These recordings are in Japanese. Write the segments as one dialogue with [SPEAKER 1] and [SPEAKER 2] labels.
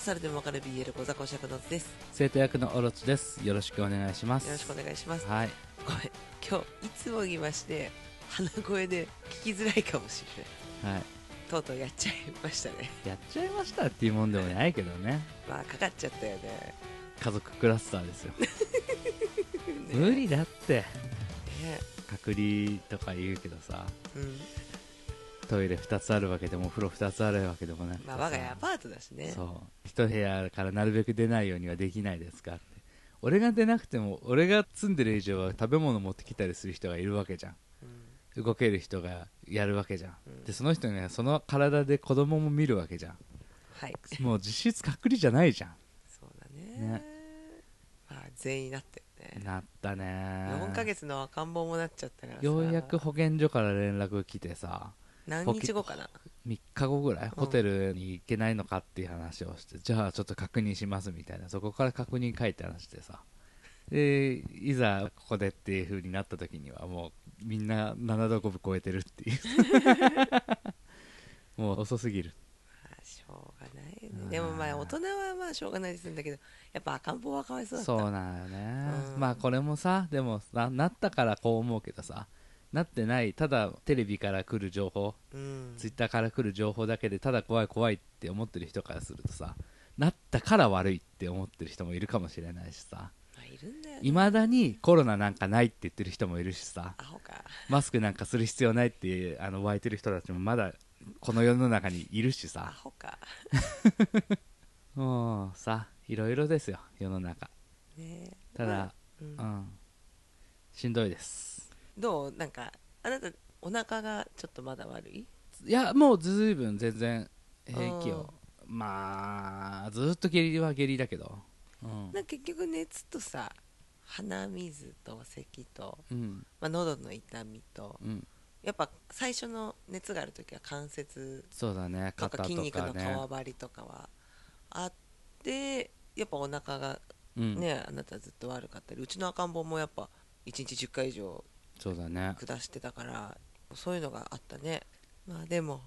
[SPEAKER 1] 猿でもわかる BL 小座講釈のです
[SPEAKER 2] 生徒役のオロチです。よろしくお願いします。
[SPEAKER 1] よろしくお願いします
[SPEAKER 2] はい。
[SPEAKER 1] ごめん今日いつも言いまして鼻声で聞きづらいかもしれない
[SPEAKER 2] は
[SPEAKER 1] とうとうやっちゃいましたね
[SPEAKER 2] い。やっちゃいましたっていうもんでもないけどね。
[SPEAKER 1] まあかかっちゃったよね
[SPEAKER 2] 家族クラスターですよ。
[SPEAKER 1] ね
[SPEAKER 2] 無理だって。
[SPEAKER 1] ね
[SPEAKER 2] 隔離とか言うけどさ、
[SPEAKER 1] うん
[SPEAKER 2] トイレ2つあるわけでも、お風呂2つあるわけでもなくて
[SPEAKER 1] ま
[SPEAKER 2] さ
[SPEAKER 1] あ我が家アパートだしね
[SPEAKER 2] そう。一部屋からなるべく出ないようにはできないですかって。俺が出なくても、俺が住んでる以上は食べ物持ってきたりする人がいるわけじゃん。
[SPEAKER 1] うん
[SPEAKER 2] 動ける人がやるわけじゃん。
[SPEAKER 1] うん
[SPEAKER 2] で、その人にはその体で子供も見るわけじゃん。
[SPEAKER 1] はい
[SPEAKER 2] もう実質隔離じゃないじゃん。
[SPEAKER 1] そうだね
[SPEAKER 2] ね
[SPEAKER 1] まあ全員なってるね
[SPEAKER 2] なったね。
[SPEAKER 1] 4ヶ月の赤ん坊もなっちゃったからさ
[SPEAKER 2] ようやく保健所から連絡来てさ、
[SPEAKER 1] 何日後かな
[SPEAKER 2] 3日後ぐらい、
[SPEAKER 1] ん
[SPEAKER 2] ホテルに行けないのかっていう話をして、じゃあちょっと確認しますみたいな、そこから確認会って話してさ。で、いざここでっていう風になった時には、もうみんな7度5分超えてるっ ていう。 もう遅すぎる。
[SPEAKER 1] まあしょうがないよ
[SPEAKER 2] う
[SPEAKER 1] ね
[SPEAKER 2] ん
[SPEAKER 1] でもまあ大人はまあしょうがないですんだけどやっぱ赤ん坊はかわいそうだった
[SPEAKER 2] そうなのよね、
[SPEAKER 1] うん
[SPEAKER 2] まあこれもさでもななったからこう思うけどさなってないただテレビから来る情報、
[SPEAKER 1] うん
[SPEAKER 2] ツイッターから来る情報だけでただ怖い怖いって思ってる人からするとさなったから悪いって思ってる人もいるかもしれないしさ
[SPEAKER 1] まあいるんだよね
[SPEAKER 2] いまだにコロナなんかないって言ってる人もいるしさ
[SPEAKER 1] アホか
[SPEAKER 2] マスクなんかする必要ないってあの湧いてる人たちもまだこの世の中にいるし
[SPEAKER 1] ア
[SPEAKER 2] さ
[SPEAKER 1] ホか
[SPEAKER 2] もうさいろいろですよ世の中
[SPEAKER 1] ねえ
[SPEAKER 2] た
[SPEAKER 1] ま
[SPEAKER 2] だ
[SPEAKER 1] あ、うん
[SPEAKER 2] うん、しんどいです
[SPEAKER 1] どうなんかあなたお腹がちょっとまだ悪い
[SPEAKER 2] いやもうずいぶん全然平気よまあずっと下痢は下痢だけどうん
[SPEAKER 1] なんか結局熱とさ鼻水と咳と、
[SPEAKER 2] うん
[SPEAKER 1] まあ、喉の痛みと
[SPEAKER 2] うん
[SPEAKER 1] やっぱ最初の熱がある時は関節
[SPEAKER 2] そうだね
[SPEAKER 1] とか
[SPEAKER 2] 肩とかね
[SPEAKER 1] 筋肉の皮張りとかはあってやっぱお腹が
[SPEAKER 2] うん、
[SPEAKER 1] ね、あなたずっと悪かったりうちの赤ん坊もやっぱ1日10回以上
[SPEAKER 2] そうだね
[SPEAKER 1] 下してたからそういうのがあったねまあでも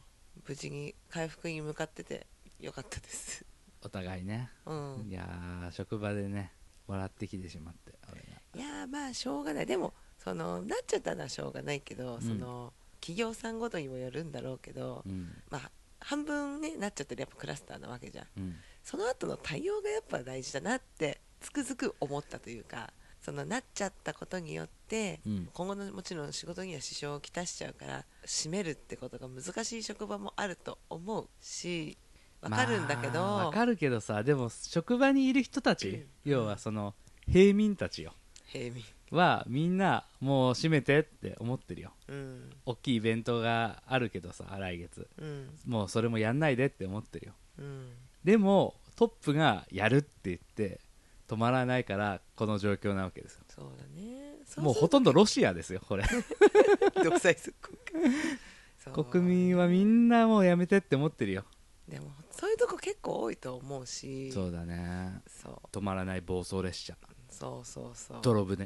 [SPEAKER 1] 無事に回復に向かっててよかったです
[SPEAKER 2] お互いね、
[SPEAKER 1] うん
[SPEAKER 2] いやー職場でね笑ってきてしまって俺が
[SPEAKER 1] いやーまあしょうがないでもそのなっちゃったのはしょうがないけど、
[SPEAKER 2] ん
[SPEAKER 1] その企業さんごとにもよるんだろうけど、
[SPEAKER 2] うん
[SPEAKER 1] まあ半分ねなっちゃってるやっぱクラスターなわけじゃん
[SPEAKER 2] うん
[SPEAKER 1] その後の対応がやっぱ大事だなってつくづく思ったというかそのなっちゃったことによって、
[SPEAKER 2] うん
[SPEAKER 1] 今後のもちろん仕事には支障をきたしちゃうから閉めるってことが難しい職場もあると思うしわかるんだけど、
[SPEAKER 2] まあわかるけどさでも職場にいる人たち、要はその平民たちよ
[SPEAKER 1] 平民
[SPEAKER 2] はみんなもう閉めてって思ってるよ
[SPEAKER 1] うん
[SPEAKER 2] 大きいイベントがあるけどさ来月
[SPEAKER 1] うん
[SPEAKER 2] もうそれもやんないでって思ってるよ
[SPEAKER 1] うん
[SPEAKER 2] でもトップがやるって言って止まらないからこの状況なわけですよ
[SPEAKER 1] そうだね
[SPEAKER 2] もうほとんどロシアですよこれ
[SPEAKER 1] んど独裁す国
[SPEAKER 2] 国民はみんなもうやめてって思ってるよ
[SPEAKER 1] でもそういうとこ結構多いと思うし
[SPEAKER 2] そうだね
[SPEAKER 1] そう
[SPEAKER 2] 止まらない暴走列車
[SPEAKER 1] そうそうそう
[SPEAKER 2] 泥船、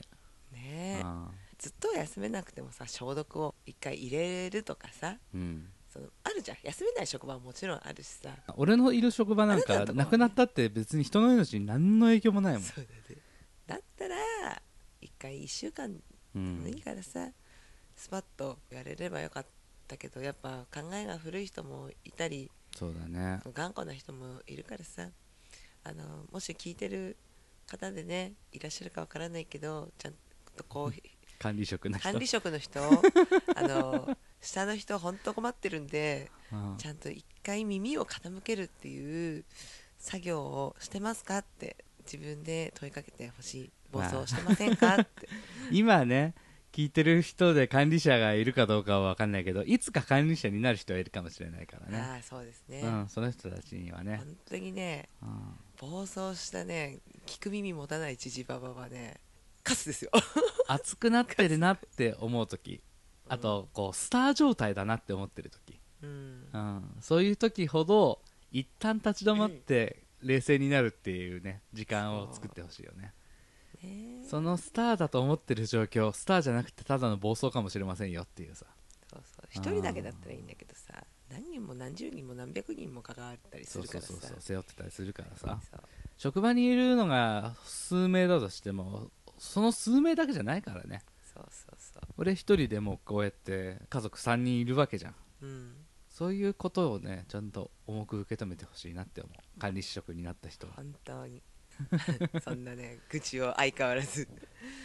[SPEAKER 1] ねえ
[SPEAKER 2] あ
[SPEAKER 1] ずっと休めなくてもさ消毒を一回入れるとかさ
[SPEAKER 2] ーうん
[SPEAKER 1] そのあるじゃん休めない職場ももちろんあるしさ
[SPEAKER 2] 俺のいる職場なん
[SPEAKER 1] あな
[SPEAKER 2] か
[SPEAKER 1] たのとこ
[SPEAKER 2] なくなったって別に人の命に何の影響もないもん
[SPEAKER 1] そうだねだったら一回1週間
[SPEAKER 2] う
[SPEAKER 1] で
[SPEAKER 2] ん
[SPEAKER 1] もいいからさ、スパッとやれればよかったけどやっぱ考えが古い人もいたり
[SPEAKER 2] そうだね
[SPEAKER 1] 頑固な人もいるからさあのもし聞いてる方でねいらっしゃるかわからないけどちゃんとこう
[SPEAKER 2] 管理職の人
[SPEAKER 1] 管理職の人あの下の人本当困ってるんで
[SPEAKER 2] うん
[SPEAKER 1] ちゃんと一回耳を傾けるっていう作業をしてますかって自分で問いかけてほしい暴走してませんか って、
[SPEAKER 2] 今ね聞いてる人で管理者がいるかどうかは分かんないけどいつか管理者になる人はいるかもしれないからね
[SPEAKER 1] ああそうですね、
[SPEAKER 2] うん、その人たちにはね
[SPEAKER 1] 本、当にね
[SPEAKER 2] うん
[SPEAKER 1] 暴走したね聞く耳持たないじじばばはねカスですよ
[SPEAKER 2] 熱くなってるなって思う時あとこうスター状態だなって思ってる時、
[SPEAKER 1] うん
[SPEAKER 2] うん、そういう時ほど一旦立ち止まって冷静になるっていうね時間を作ってほしいよね
[SPEAKER 1] ね
[SPEAKER 2] そのスターだと思ってる状況スターじゃなくてただの暴走かもしれませんよっていうさ
[SPEAKER 1] そうそう一人だけだったらいいんだけどさ何人も何十人も何百人も関わったりす
[SPEAKER 2] そう
[SPEAKER 1] る
[SPEAKER 2] そ
[SPEAKER 1] か
[SPEAKER 2] う
[SPEAKER 1] らさ
[SPEAKER 2] そうそう背負ってたりするからさ
[SPEAKER 1] そう
[SPEAKER 2] 職場にいるのが数名だとしてもその数名だけじゃないからね
[SPEAKER 1] そうそうそ
[SPEAKER 2] 俺一人でもこうやって家族3人いるわけじゃん
[SPEAKER 1] ううん
[SPEAKER 2] そういうことをねちゃんと重く受け止めてほしいなって思う管理職になった人は
[SPEAKER 1] 本当に そんなね愚痴を相変わらず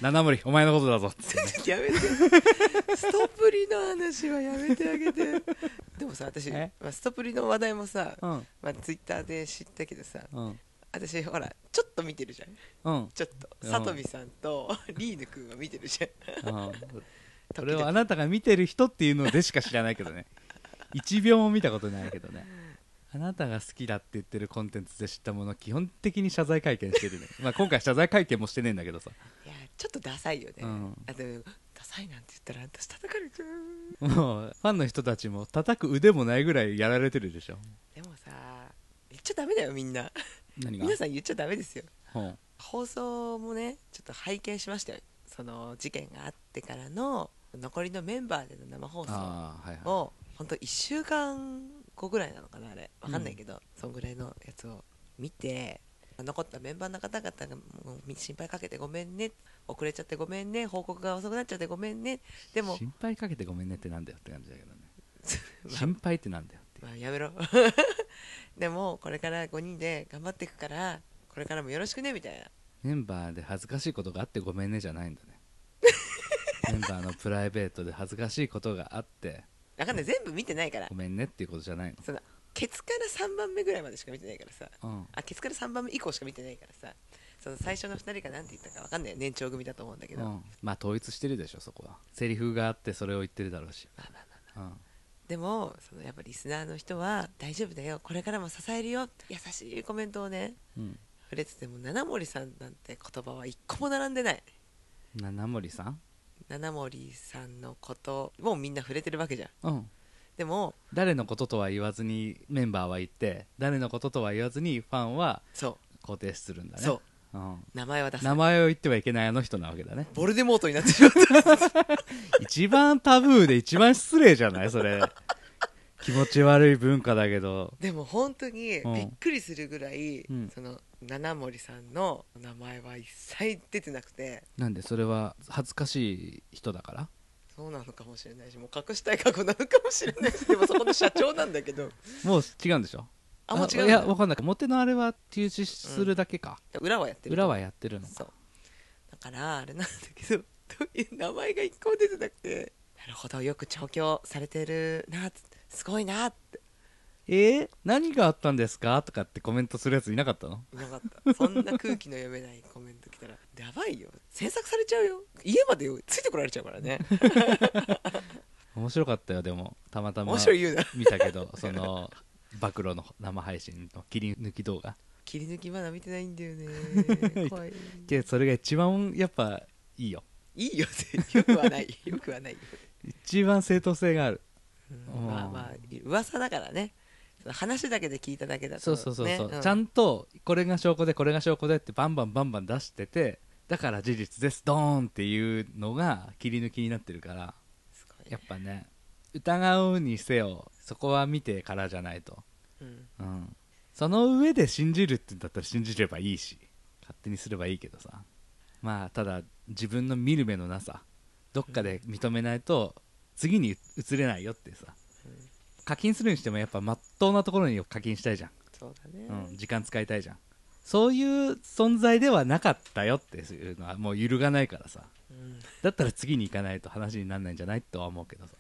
[SPEAKER 2] 七森お前のことだぞっつってね
[SPEAKER 1] やめてストプリの話はやめてあげてでもさ私、ま
[SPEAKER 2] え
[SPEAKER 1] あ、ストプリの話題もさ、
[SPEAKER 2] うん
[SPEAKER 1] まあ、ツイッターで知ったけどさ
[SPEAKER 2] うん
[SPEAKER 1] 私ほらちょっと見てるじゃん
[SPEAKER 2] うん
[SPEAKER 1] ちょっと
[SPEAKER 2] うん
[SPEAKER 1] さとみさんとリーヌくんは見てるじゃん
[SPEAKER 2] それをあなたが見てる人っていうのでしか知らないけどね1秒も見たことないけどねあなたが好きだって言ってるコンテンツで知ったもの基本的に謝罪会見してるねまあ今回謝罪会見もしてねえんだけどさ
[SPEAKER 1] いやちょっとダサいよね、
[SPEAKER 2] うん
[SPEAKER 1] あでもダサいなんて言ったら私叩かれちゃう
[SPEAKER 2] もうファンの人たちも叩く腕もないぐらいやられてるでしょ
[SPEAKER 1] でもさ言っちゃダメだよみんな
[SPEAKER 2] 何が
[SPEAKER 1] 皆さん言っちゃダメですよ
[SPEAKER 2] うん
[SPEAKER 1] 放送もねちょっと拝見しましたよその事件があってからの残りのメンバーでの生放送
[SPEAKER 2] ああはいは
[SPEAKER 1] を本当1週間後ぐらいなのかなあれわかんないけど、そんぐらいのやつを見て残ったメンバーの方々がもう心配かけてごめんね遅れちゃってごめんね報告が遅くなっちゃってごめんねで
[SPEAKER 2] い
[SPEAKER 1] も、
[SPEAKER 2] 心配かけてごめんねってなんだよって感じだけどね
[SPEAKER 1] まあ
[SPEAKER 2] 心配ってなんだよっていう
[SPEAKER 1] まあやめろ でもこれから5人で頑張っていくからこれからもよろしくねみたいな
[SPEAKER 2] メンバーで恥ずかしいことがあってごめんねじゃないん だねメンバーのプライベートで恥ずかしいことがあって
[SPEAKER 1] わかんない全部見てないから
[SPEAKER 2] ごめんねっていうことじゃない
[SPEAKER 1] そのケツから3番目ぐらいまでしか見てないからさ
[SPEAKER 2] のうん
[SPEAKER 1] あケツから3番目以降しか見てないからさその最初の2人が何て言ったかわかんないよ年長組だと思うんだけど、
[SPEAKER 2] うんまあ統一してるでしょそこはセリフがあってそれを言ってるだろうし、
[SPEAKER 1] まあまあまあ
[SPEAKER 2] うん、
[SPEAKER 1] でもそのやっぱリスナーの人は大丈夫だよこれからも支えるよ優しいコメントをね
[SPEAKER 2] うん
[SPEAKER 1] 触れてても七森さんなんて言葉は一個も並んでない
[SPEAKER 2] 七森さん
[SPEAKER 1] 七森さんのこともみんな触れてるわけじゃん
[SPEAKER 2] うん
[SPEAKER 1] でも
[SPEAKER 2] 誰のこととは言わずにメンバーは言って誰のこととは言わずにファンは
[SPEAKER 1] そ
[SPEAKER 2] 肯定するんだね、
[SPEAKER 1] そう
[SPEAKER 2] ん、
[SPEAKER 1] う名前は出さ
[SPEAKER 2] 名
[SPEAKER 1] ない
[SPEAKER 2] 前を言ってはいけないあの人なわけだね
[SPEAKER 1] ボルデモートになってしまった
[SPEAKER 2] 一番タブーで一番失礼じゃないそ れ気持ち悪い文化だけど
[SPEAKER 1] でも本当に
[SPEAKER 2] うん
[SPEAKER 1] びっくりするぐらい、
[SPEAKER 2] うん
[SPEAKER 1] その七森さんの名前は一切出てなくて
[SPEAKER 2] なんでそれは恥ずかしい人だから
[SPEAKER 1] そうなのかもしれないしもう隠したい過去なのかもしれ ないしでもそこの社長なんだけど
[SPEAKER 2] もう違うんでしょ
[SPEAKER 1] あもう違うんだ
[SPEAKER 2] いやわかんないモテのあれは休止するだけか、
[SPEAKER 1] 裏はやってる
[SPEAKER 2] 裏はやってるのか
[SPEAKER 1] そうだからあれなんだけどどういう名前が一個も出てなくてなるほどよく調教されてるなってすごいなって
[SPEAKER 2] えー何があったんですかとかってコメントするやついなかったの
[SPEAKER 1] いなかったそんな空気の読めないコメント来たらやばいよ詮索されちゃうよ家までついてこられちゃうから ね
[SPEAKER 2] 面白かったよでもたまたま
[SPEAKER 1] 面白い言うな
[SPEAKER 2] 見たけど その暴露の生配信の切り抜き動画
[SPEAKER 1] 切り抜きまだ見てないんだよね 怖い
[SPEAKER 2] でそれが一番やっぱいいよ
[SPEAKER 1] いいよってよくはない よくはないよ、
[SPEAKER 2] 一番正当性がある
[SPEAKER 1] うんまあまあ噂だからねその話だけで聞いただけだと、ね、
[SPEAKER 2] そうそうそうそう、
[SPEAKER 1] うん
[SPEAKER 2] ちゃんとこれが証拠でこれが証拠でってバンバンバンバン出しててだから事実ですドーンっていうのが切り抜きになってるから
[SPEAKER 1] すごいね
[SPEAKER 2] やっぱね疑うにせよそこは見てからじゃないと、
[SPEAKER 1] うん
[SPEAKER 2] うん、その上で信じるって言うんだったら信じればいいし勝手にすればいいけどさまあただ自分の見る目のなさどっかで認めないと次に移れないよってさ
[SPEAKER 1] うん
[SPEAKER 2] 課金するにしてもやっぱ真っ当なところに課金したいじゃん
[SPEAKER 1] そうだね、
[SPEAKER 2] うん、時間使いたいじゃんそういう存在ではなかったよっていうのはもう揺るがないからさ
[SPEAKER 1] うん
[SPEAKER 2] だったら次に行かないと話にならないんじゃないとは思うけどさ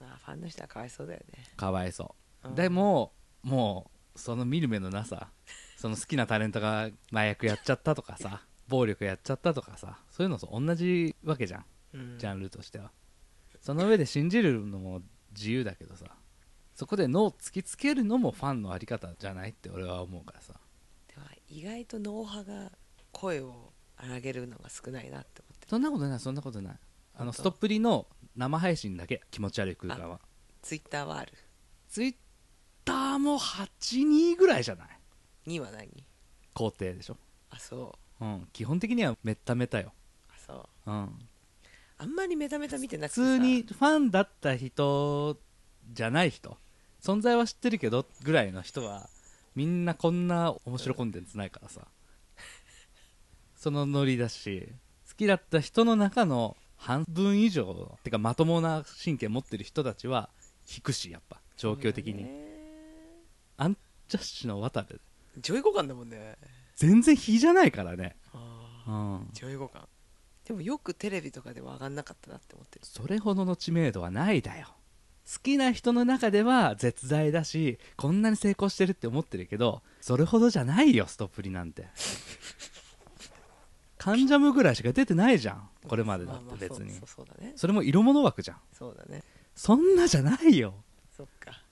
[SPEAKER 1] まあ、ファンの人はかわいそうだよね、
[SPEAKER 2] かわいそう、
[SPEAKER 1] うん
[SPEAKER 2] でももうその見る目のなさその好きなタレントが麻薬やっちゃったとかさ暴力やっちゃったとかさそういうのと同じわけじゃん
[SPEAKER 1] うん
[SPEAKER 2] ジャンルとしてはその上で信じるのも自由だけどさそこで「ノ」を突きつけるのもファンのあり方じゃないって俺は思うからさ
[SPEAKER 1] では意外と脳波が声を荒げるのが少ないなって思って
[SPEAKER 2] そんなことないそんなことないあ
[SPEAKER 1] 本
[SPEAKER 2] の
[SPEAKER 1] 当
[SPEAKER 2] ストップリの生配信だけ気持ち悪い空間は
[SPEAKER 1] ツイッターはある
[SPEAKER 2] ツイッターも82ぐらいじゃない
[SPEAKER 1] 2は何
[SPEAKER 2] 肯定でしょ
[SPEAKER 1] あそう
[SPEAKER 2] うん基本的にはめっためたよ
[SPEAKER 1] あそう
[SPEAKER 2] うん
[SPEAKER 1] あんまりメタメタ見てなく
[SPEAKER 2] 普
[SPEAKER 1] てさ
[SPEAKER 2] 通にファンだった人じゃない人存在は知ってるけどぐらいの人はみんなこんな面白いコンテンツないからさそのノリだし好きだった人の中の半分以上てかまともな神経持ってる人たちは引くしやっぱ状況的に、
[SPEAKER 1] ね
[SPEAKER 2] アンジャッシュの渡部
[SPEAKER 1] 上位互換だもんね
[SPEAKER 2] 全然比じゃないからね、
[SPEAKER 1] あ
[SPEAKER 2] う
[SPEAKER 1] あ
[SPEAKER 2] ん、
[SPEAKER 1] 上位互換でもよくテレビとかでは上がんなかったなって思ってる
[SPEAKER 2] それほどの知名度はないだよ好きな人の中では絶大だしこんなに成功してるって思ってるけどそれほどじゃないよストップリな んて関ジャムぐらいしか出てないじゃんこれまでだって別に
[SPEAKER 1] まあまあそうそうそうだね
[SPEAKER 2] それも色物枠じゃん
[SPEAKER 1] そうだね
[SPEAKER 2] そんなじゃないよ
[SPEAKER 1] そっか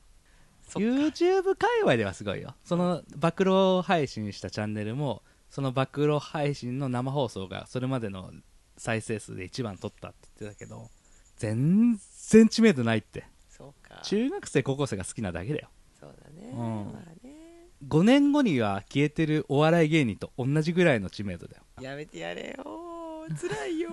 [SPEAKER 1] そっか
[SPEAKER 2] YouTube 界隈ではすごいよその暴露配信したチャンネルもその暴露配信の生放送がそれまでの再生数で1番取ったって言ってたけど全然知名度ないって
[SPEAKER 1] そうかそう
[SPEAKER 2] 中学生高校生が好きなだけだよ
[SPEAKER 1] だね、
[SPEAKER 2] うん
[SPEAKER 1] まあね
[SPEAKER 2] 5年後には消えてるお笑い芸人と同じぐらいの知名度だよ
[SPEAKER 1] やめてやれよ辛い よ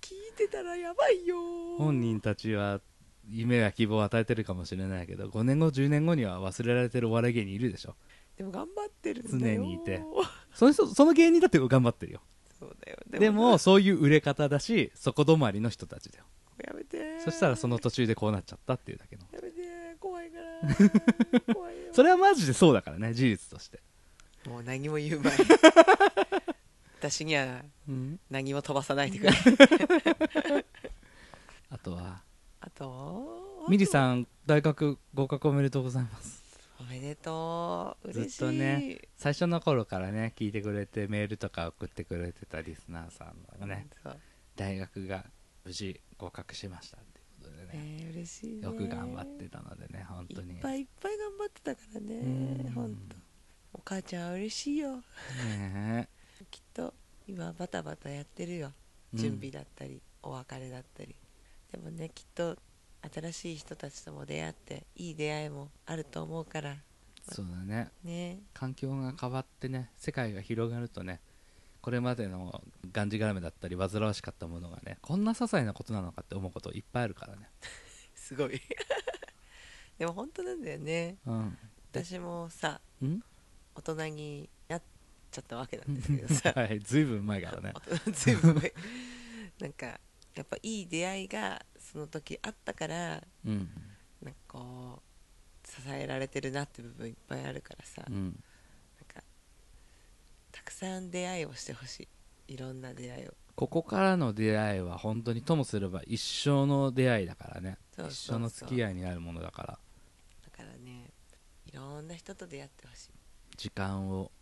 [SPEAKER 1] 聞いてたらやばいよ
[SPEAKER 2] 本人たちは夢や希望を与えてるかもしれないけど5年後10年後には忘れられてるお笑い芸人いるでしょ
[SPEAKER 1] でも頑張ってるんだよ
[SPEAKER 2] 常にいてその人その芸人だって頑張ってるよ
[SPEAKER 1] そうだよ
[SPEAKER 2] でも
[SPEAKER 1] なんか
[SPEAKER 2] そういう売れ方だしそこ止まりの人たちだよ
[SPEAKER 1] やめて
[SPEAKER 2] そしたらその途中でこうなっちゃったっていうだけの
[SPEAKER 1] やめて怖いから 怖いよ
[SPEAKER 2] それはマジでそうだからね事実として、
[SPEAKER 1] もう何も言うま い私には何も飛ばさないでくれ
[SPEAKER 2] あとは
[SPEAKER 1] あと
[SPEAKER 2] ミリ
[SPEAKER 1] ん
[SPEAKER 2] さん大学合格おめでとうございます
[SPEAKER 1] おめでとう嬉しい
[SPEAKER 2] ずっとね最初の頃からね聞いてくれてメールとか送ってくれてたリスナーさんのね、
[SPEAKER 1] そう
[SPEAKER 2] 大学が無事合格しましたっていうことでね
[SPEAKER 1] ね嬉しいね
[SPEAKER 2] よく頑張ってたのでね本当に
[SPEAKER 1] いっぱいいっぱい頑張ってたから
[SPEAKER 2] うん
[SPEAKER 1] ね本当お母ちゃんは嬉しいよ
[SPEAKER 2] ね
[SPEAKER 1] きっと今バタバタやってるよ
[SPEAKER 2] うん
[SPEAKER 1] 準備だったり、お別れだったりでもねきっと新しい人たちとも出会っていい出会いもあると思うから
[SPEAKER 2] えそうだね
[SPEAKER 1] ね
[SPEAKER 2] 環境が変わってね世界が広がるとねこれまでのがんじがらめだったり煩わしかったものがねこんな些細なことなのかって思うこといっぱいあるからね、
[SPEAKER 1] すごい でも本当なんだよね
[SPEAKER 2] うん、
[SPEAKER 1] 私もさ
[SPEAKER 2] うん
[SPEAKER 1] 大人になっちゃったわけなんですけどさ
[SPEAKER 2] はいずいぶん前からね
[SPEAKER 1] 大 人ずいぶん前なんかやっぱいい出会いがその時あったから
[SPEAKER 2] うん
[SPEAKER 1] なんかこう支えられてるなって部分いっぱいあるからさ、
[SPEAKER 2] うん
[SPEAKER 1] なんかたくさん出会いをしてほしいいろんな出会いを
[SPEAKER 2] ここからの出会いは本当にともすれば一生の出会いだからね
[SPEAKER 1] そうそう
[SPEAKER 2] 一
[SPEAKER 1] そう
[SPEAKER 2] 生の付き合いになるものだから
[SPEAKER 1] だからねいろんな人と出会ってほしい
[SPEAKER 2] 時間を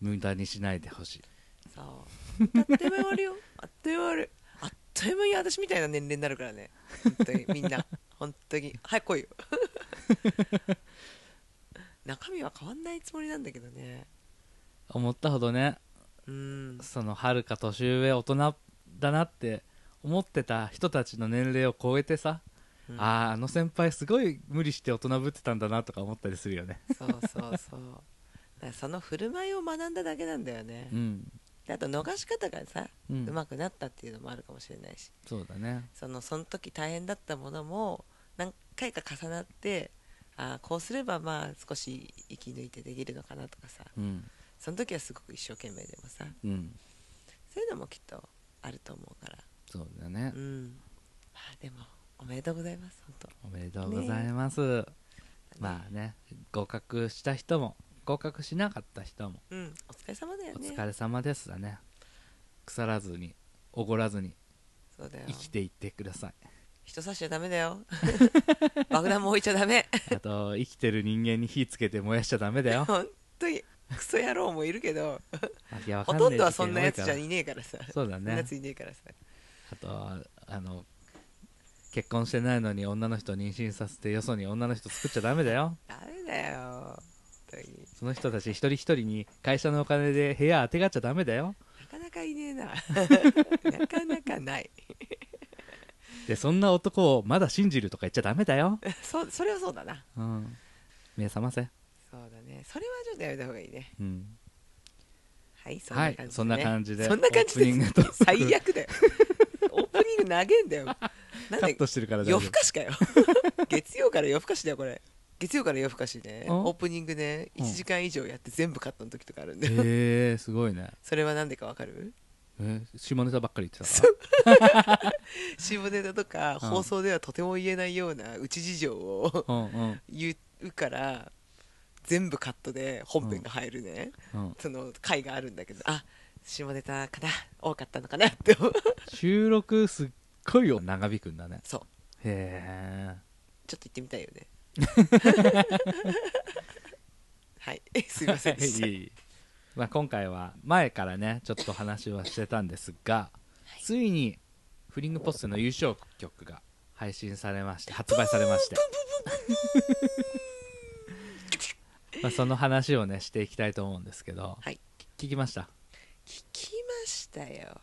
[SPEAKER 2] 無駄にしないでほしい
[SPEAKER 1] そうあっという間に終わるよあっという間に終わるあっという間に私みたいな年齢になるからね本当にみんな本当に早く来いよ中身は変わんないつもりなんだけどね
[SPEAKER 2] 思ったほどね
[SPEAKER 1] うん
[SPEAKER 2] そのはるか年上大人だなって思ってた人たちの年齢を超えてさ、
[SPEAKER 1] うん
[SPEAKER 2] あああの先輩すごい無理して大人ぶってたんだなとか思ったりするよね
[SPEAKER 1] そうそうそうだからその振る舞いを学んだだけなんだよね、
[SPEAKER 2] うん、
[SPEAKER 1] であと逃し方がさ、
[SPEAKER 2] う
[SPEAKER 1] うんまくなったっていうのもあるかもしれないし
[SPEAKER 2] そうだね
[SPEAKER 1] そのその時大変だったものも何回か重なってああこうすればまあ少し生き抜いてできるのかなとかさ
[SPEAKER 2] うん
[SPEAKER 1] その時はすごく一生懸命でもさ
[SPEAKER 2] うん
[SPEAKER 1] そういうのもきっとあると思うから
[SPEAKER 2] そうだね、
[SPEAKER 1] うんまあでもおめでとうございます本当
[SPEAKER 2] おめでとうございます、まあね合格した人も合格しなかった人も
[SPEAKER 1] うんお疲れ様だよ
[SPEAKER 2] お
[SPEAKER 1] ね
[SPEAKER 2] 疲れ様ですだね腐らずにおごらずに
[SPEAKER 1] そうだよ
[SPEAKER 2] 生きていってください
[SPEAKER 1] 人差しちゃダメだ よ爆弾も置いちゃダメ
[SPEAKER 2] あと生きてる人間に火つけて燃やしちゃダメだ よ
[SPEAKER 1] 本当にクソ野郎もいるけど
[SPEAKER 2] わけわか
[SPEAKER 1] ほ
[SPEAKER 2] ん
[SPEAKER 1] とんどはそんな
[SPEAKER 2] ねえ
[SPEAKER 1] や
[SPEAKER 2] 事
[SPEAKER 1] つ
[SPEAKER 2] 件
[SPEAKER 1] じゃ
[SPEAKER 2] 多い
[SPEAKER 1] いねえからさ
[SPEAKER 2] そうだね
[SPEAKER 1] そんなやついねえからさ
[SPEAKER 2] からあとあの結婚してないのに女の人を妊娠させてよそに女の人作っちゃダメだよ
[SPEAKER 1] ダメだよ本当に
[SPEAKER 2] その人たち一人一人に会社のお金で部屋あてがっちゃダメだよ
[SPEAKER 1] なかなかい ねえななかなかない
[SPEAKER 2] でそんな男をまだ信じるとか言っちゃダメだよ、
[SPEAKER 1] そそれはそうだな
[SPEAKER 2] うん、目覚ませ、
[SPEAKER 1] そうだねそれはちょっとやめた方がいいね
[SPEAKER 2] うん、
[SPEAKER 1] はいそん
[SPEAKER 2] は
[SPEAKER 1] ない感じで、ね
[SPEAKER 2] そんな感じで
[SPEAKER 1] そんな感じで
[SPEAKER 2] オープニングと
[SPEAKER 1] 最悪だよ オープニンング投げんだよなん
[SPEAKER 2] カ
[SPEAKER 1] で
[SPEAKER 2] ットしてるから大丈
[SPEAKER 1] 夜
[SPEAKER 2] 夫
[SPEAKER 1] 更かしかよ 月曜から夜更かしだよこれ月曜から夜更かしね
[SPEAKER 2] あ
[SPEAKER 1] オープニングね
[SPEAKER 2] うん
[SPEAKER 1] 1時間以上やって全部カットの時とかあるんで、
[SPEAKER 2] へえすごいね
[SPEAKER 1] それはなんでかわかる
[SPEAKER 2] え下ネタばっかり言ってたから
[SPEAKER 1] 下ネタとか
[SPEAKER 2] うん
[SPEAKER 1] 放送ではとても言えないような内事情を
[SPEAKER 2] うんうん
[SPEAKER 1] 言うから全部カットで本編が入るね、
[SPEAKER 2] うん
[SPEAKER 1] その回があるんだけどあ下ネタかな多かったのかなって思う
[SPEAKER 2] 収録すっごいよ長引くんだね
[SPEAKER 1] そう
[SPEAKER 2] へえ
[SPEAKER 1] ちょっと行ってみたいよ ねはいすいませんでした
[SPEAKER 2] いいまあ、今回は前からねちょっと話はしてたんですが、ついにフリングポストの優勝曲が配信されまして発売されましてまあその話をねしていきたいと思うんですけど、
[SPEAKER 1] はい
[SPEAKER 2] き聞きました
[SPEAKER 1] 聞きましたよ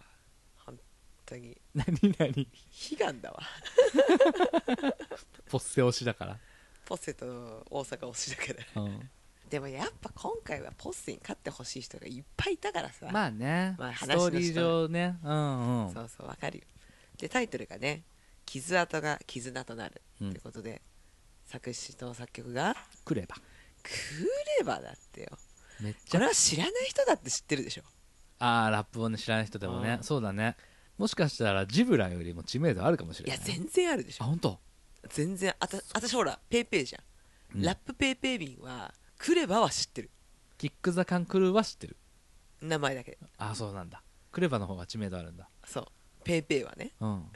[SPEAKER 1] 本当に
[SPEAKER 2] 何何
[SPEAKER 1] 悲願だわ
[SPEAKER 2] ポステ推しだから、
[SPEAKER 1] ポッセと大阪推しだから
[SPEAKER 2] うん、
[SPEAKER 1] でもやっぱ今回はポッセに勝ってほしい人がいっぱいいたからさ、
[SPEAKER 2] まあね、
[SPEAKER 1] まあ
[SPEAKER 2] ス
[SPEAKER 1] 話の
[SPEAKER 2] トーリー上ねうんうん
[SPEAKER 1] そうそうわかるよでタイトルがね「傷跡が絆となる」
[SPEAKER 2] うん
[SPEAKER 1] ってことで、作詞と作曲が
[SPEAKER 2] くれば
[SPEAKER 1] 「クレバ」だってよ
[SPEAKER 2] めっち
[SPEAKER 1] こ
[SPEAKER 2] ゃ
[SPEAKER 1] れは知らない人だって知ってるでしょ
[SPEAKER 2] ああラップをね知らない人でもね
[SPEAKER 1] うん
[SPEAKER 2] そうだねもしかしたらジブラよりも知名度あるかもし
[SPEAKER 1] い
[SPEAKER 2] れな
[SPEAKER 1] や
[SPEAKER 2] い
[SPEAKER 1] 全然あるでし
[SPEAKER 2] あ
[SPEAKER 1] ょ
[SPEAKER 2] 本当
[SPEAKER 1] 全然あた私ほらペイペイじゃん、
[SPEAKER 2] うん
[SPEAKER 1] ラップペイペイ便はクレバは知ってる
[SPEAKER 2] キック・ザ・カン・クルーは知ってる
[SPEAKER 1] 名前だけで
[SPEAKER 2] あそうなんだクレバの方が知名度あるんだ
[SPEAKER 1] そうペイペイはね
[SPEAKER 2] うん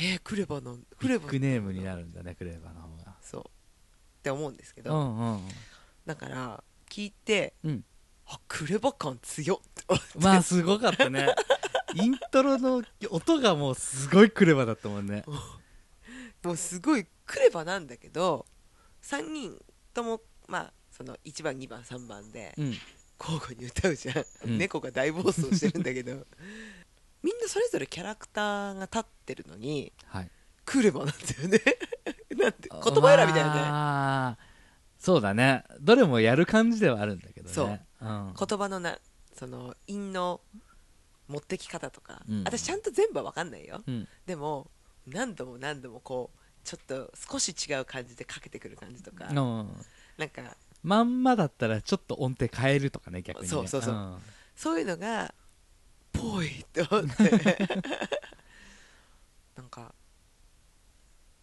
[SPEAKER 1] えー、クレバの ク
[SPEAKER 2] ビ
[SPEAKER 1] レ
[SPEAKER 2] ッ
[SPEAKER 1] バ
[SPEAKER 2] グネームになるんだねクレバの方が
[SPEAKER 1] そうって思うんですけ
[SPEAKER 2] う
[SPEAKER 1] ど、
[SPEAKER 2] んうん
[SPEAKER 1] だから聞いて
[SPEAKER 2] うんうん
[SPEAKER 1] あクレバ感強っって思って
[SPEAKER 2] ま あすごかったねイントロの音がもうすごいクレバだったもんね
[SPEAKER 1] もうすごいクレバなんだけど3人ともまあその1番2番3番で
[SPEAKER 2] うん
[SPEAKER 1] 交互に歌うじゃん、
[SPEAKER 2] うん
[SPEAKER 1] 猫が大暴走してるんだけど みんなそれぞれキャラクターが立ってるのに
[SPEAKER 2] はい
[SPEAKER 1] クレバなんだよね なんて言葉選びだよね、
[SPEAKER 2] まあそうだねどれもやる感じではあるんだけどね
[SPEAKER 1] そう、
[SPEAKER 2] うん、
[SPEAKER 1] 言葉のなその韻の持ってき方とか、
[SPEAKER 2] うん
[SPEAKER 1] 私ちゃんと全部は分かんないよ、
[SPEAKER 2] うん
[SPEAKER 1] でも何度も何度もこうちょっと少し違う感じでかけてくる感じとか、
[SPEAKER 2] うん
[SPEAKER 1] なんか
[SPEAKER 2] まんまだったらちょっと音程変えるとかね逆にね
[SPEAKER 1] そうそうそうんそういうのがぽいって思って なんか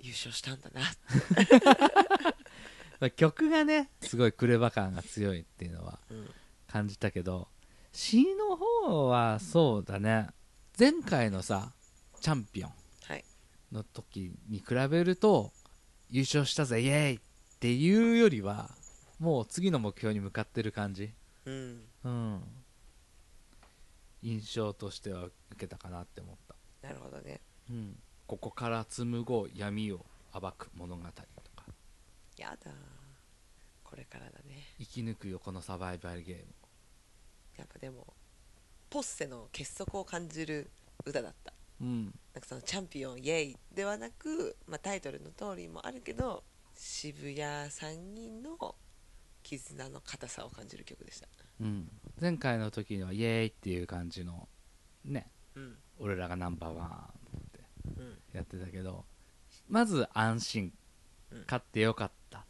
[SPEAKER 1] 優勝したんだな
[SPEAKER 2] まあ曲がねすごいクレバ感が強いっていうのは
[SPEAKER 1] うん
[SPEAKER 2] 感じたけど詩の方はそうだね前回のさチャンピオン
[SPEAKER 1] はい
[SPEAKER 2] の時に比べると優勝したぜイエーイっていうよりはもう次の目標に向かってる感じ
[SPEAKER 1] うん
[SPEAKER 2] うん印象としては受けたかなって思った、
[SPEAKER 1] なるほどね
[SPEAKER 2] うん、ここから紡ごう闇を暴く物語とか
[SPEAKER 1] やだこれからだね
[SPEAKER 2] 生き抜くよこのサバイバルゲーム
[SPEAKER 1] やっぱでもポッセの結束を感じる歌だった
[SPEAKER 2] うん
[SPEAKER 1] なんかそのチャンピオンイエイではなく、まあ、タイトルの通りもあるけど渋谷3人の絆の硬さを感じる曲でした、
[SPEAKER 2] うん、前回の時にはイエーイっていう感じのね
[SPEAKER 1] うん
[SPEAKER 2] 俺らがナンバーワンって
[SPEAKER 1] うん、
[SPEAKER 2] やってたけどまず安心
[SPEAKER 1] うん
[SPEAKER 2] 勝ってよかったっ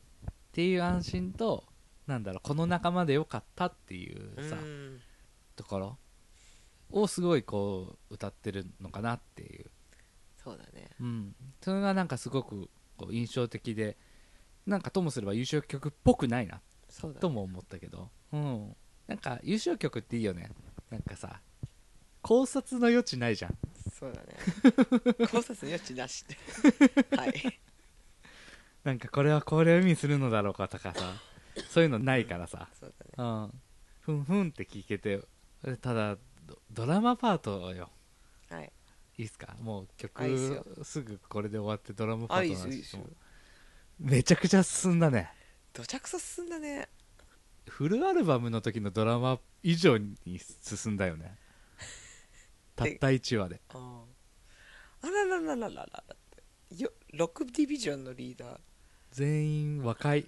[SPEAKER 2] ていう安心となんだろうこの仲間でよかったっていうさ、
[SPEAKER 1] うん
[SPEAKER 2] ところをすごいこう歌ってるのかなっていう、
[SPEAKER 1] そうだね
[SPEAKER 2] うん、それがなんかすごくこう印象的でなんかともすれば優勝曲っぽくないな
[SPEAKER 1] そうだ
[SPEAKER 2] とも思ったけど、うん、なんか優勝曲っていいよねなんかさ考察の余地ないじゃん
[SPEAKER 1] そうだ ね考察の余地なしではい
[SPEAKER 2] なんかこれはこれを意味するのだろうかとかさそういうのないからさ、
[SPEAKER 1] そうだね
[SPEAKER 2] うん、ふんふんって聞けてただドドラマパートよ
[SPEAKER 1] はい
[SPEAKER 2] いいっすかもう曲
[SPEAKER 1] あいいっすよ
[SPEAKER 2] すぐこれで終わってドラマパ
[SPEAKER 1] あい
[SPEAKER 2] ー
[SPEAKER 1] い
[SPEAKER 2] ト
[SPEAKER 1] で
[SPEAKER 2] の
[SPEAKER 1] すよいいです
[SPEAKER 2] 話も
[SPEAKER 1] よ
[SPEAKER 2] めちゃくちゃ進んだね
[SPEAKER 1] どちゃくそ進んだね
[SPEAKER 2] フルアルバムの時のドラマ以上に進んだよ ねたった1話で
[SPEAKER 1] ああらららららららってよ6ディビジョンのリーダーも
[SPEAKER 2] 全員和解い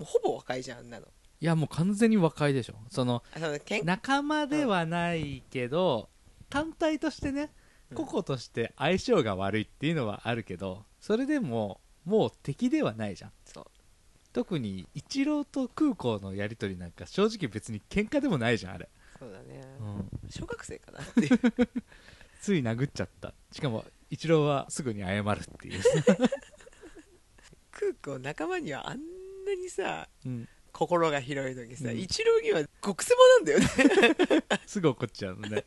[SPEAKER 2] う
[SPEAKER 1] ほぼ若いじゃんあんなの
[SPEAKER 2] やもう完全に和解でしょその
[SPEAKER 1] あそうだけん
[SPEAKER 2] 仲間ではないけど単体としてね個々として相性が悪いっていうのはあるけどそれでももう敵ではないじゃん
[SPEAKER 1] そう
[SPEAKER 2] 特にイチローと空港のやり取りなんか正直別に喧嘩でもないじゃんあれ、
[SPEAKER 1] そうだね、
[SPEAKER 2] うん
[SPEAKER 1] 小学生かな っていう
[SPEAKER 2] つい殴っちゃったしかもイチローはすぐに謝るっていう、
[SPEAKER 1] 空港仲間にはあんなにさ
[SPEAKER 2] うん、
[SPEAKER 1] 心が広いのにさ、
[SPEAKER 2] うん
[SPEAKER 1] 一郎には極狭なんだよね
[SPEAKER 2] すぐ怒っちゃうのね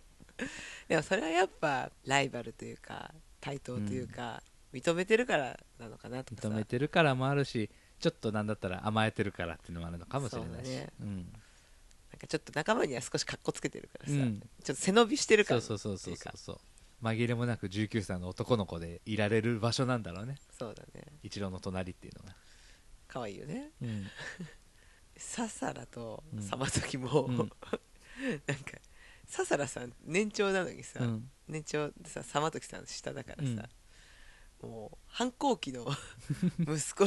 [SPEAKER 1] でもそれはやっぱライバルというか対等というか、認めてるからなのかなとかさ
[SPEAKER 2] 認めてるからもあるしちょっとなんだったら甘えてるからっていうのもあるのかもしれないし
[SPEAKER 1] そうだね
[SPEAKER 2] うん、
[SPEAKER 1] なんかちょっと仲間には少しかっこつけてるからさ、
[SPEAKER 2] うん
[SPEAKER 1] ちょっと背伸びしてるか
[SPEAKER 2] そ
[SPEAKER 1] ら
[SPEAKER 2] うそうそうそうそうそう紛れもなく19歳の男の子でいられる場所なんだろうね
[SPEAKER 1] そうだね
[SPEAKER 2] 一郎の隣っていうのが、
[SPEAKER 1] 可愛いよね
[SPEAKER 2] うん、
[SPEAKER 1] ササラと
[SPEAKER 2] うん
[SPEAKER 1] サマトキも、
[SPEAKER 2] う ん
[SPEAKER 1] なんかササラさん年長なのにさ、
[SPEAKER 2] うん
[SPEAKER 1] 年長でさサマトキさん下だからさ、もう反抗期 の 息子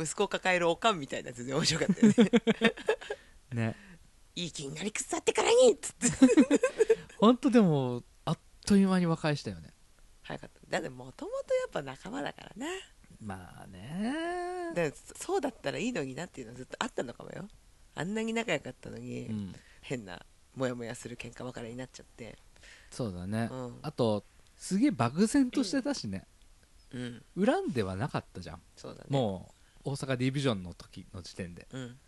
[SPEAKER 1] 息子を抱えるおかんみたいなやつで面白かったよ ね
[SPEAKER 2] ね
[SPEAKER 1] いい気になりくさってからにっつって
[SPEAKER 2] 本当でもあっという間に和解したよね
[SPEAKER 1] 早かっただってもともとやっぱ仲間だからな
[SPEAKER 2] まあね
[SPEAKER 1] だからそうだったらいいのになっていうのはずっとあったのかもよあんなに仲良かったのに、
[SPEAKER 2] うん、
[SPEAKER 1] 変なモヤモヤする喧嘩別れになっちゃって
[SPEAKER 2] そうだね、
[SPEAKER 1] うん
[SPEAKER 2] あとすげえ漠然としてたしね、
[SPEAKER 1] うん
[SPEAKER 2] 恨んではなかったじゃん
[SPEAKER 1] そうだね
[SPEAKER 2] もう大阪ディビジョンの時の時点で
[SPEAKER 1] う、うん、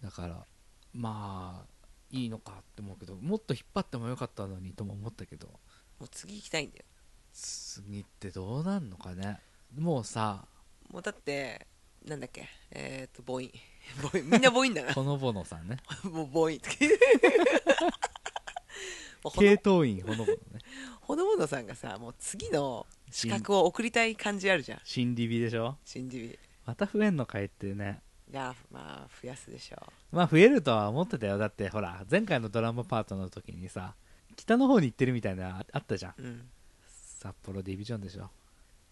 [SPEAKER 2] だからまあいいのかって思うけどもっと引っ張ってもよかったのにとも思ったけど
[SPEAKER 1] もう次行きたいんだよ
[SPEAKER 2] 次ってどうなんのかねもうさ
[SPEAKER 1] もうだってなんだっけえっ、とボイン ボインみんなボインだな
[SPEAKER 2] ほのぼのさ んね
[SPEAKER 1] もうボインもうほ の
[SPEAKER 2] 系統員ほのぼのね
[SPEAKER 1] ほのぼのさんがさもう次の資格を送りたい感じあるじゃん
[SPEAKER 2] 新リビでしょ
[SPEAKER 1] 新人日
[SPEAKER 2] また増えんのかいってね
[SPEAKER 1] いやまあ増やすでしょ
[SPEAKER 2] まあ増えるとは思ってたよだってほら前回のドラマパートの時にさ北の方に行ってるみたいなのああったじゃん
[SPEAKER 1] ううん
[SPEAKER 2] 札幌ディビジョンでしょ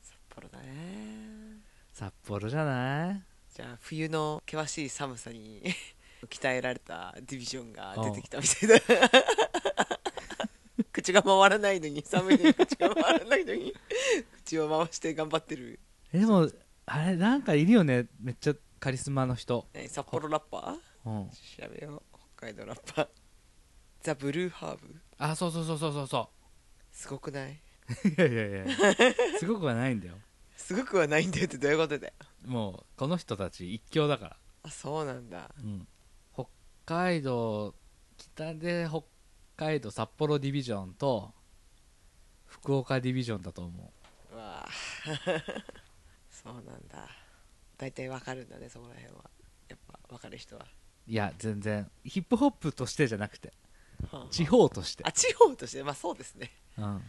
[SPEAKER 1] 札幌だね
[SPEAKER 2] 札幌じゃない
[SPEAKER 1] じゃあ冬の険しい寒さに 鍛えられたディビジョンが出てきたみたいな 口が回らないのに寒いのに口が回らないのに口を回して頑張ってる
[SPEAKER 2] えでもあれなんかいるよねめっちゃカリスマの人、
[SPEAKER 1] 何札幌ラッパー
[SPEAKER 2] うん、
[SPEAKER 1] 調べよう北海道ラッパーザ・ブルーハーブ
[SPEAKER 2] あそうそうそうそうそうそ
[SPEAKER 1] すごくないう
[SPEAKER 2] いやいやいやすごくはないんだよ
[SPEAKER 1] すごくはないんだよってどういうことだよ
[SPEAKER 2] もうこの人たち一強だから、
[SPEAKER 1] あそうなんだ
[SPEAKER 2] うん、北海道北で北海道札幌ディビジョンと福岡ディビジョンだと思
[SPEAKER 1] うわあ そうなんだ大体わかるんだねそこら辺はやっぱわかる人は
[SPEAKER 2] ういや全然ヒップホップとしてじゃなくて
[SPEAKER 1] はあ
[SPEAKER 2] 地方として
[SPEAKER 1] あ、地方としてまあそうですね
[SPEAKER 2] うん、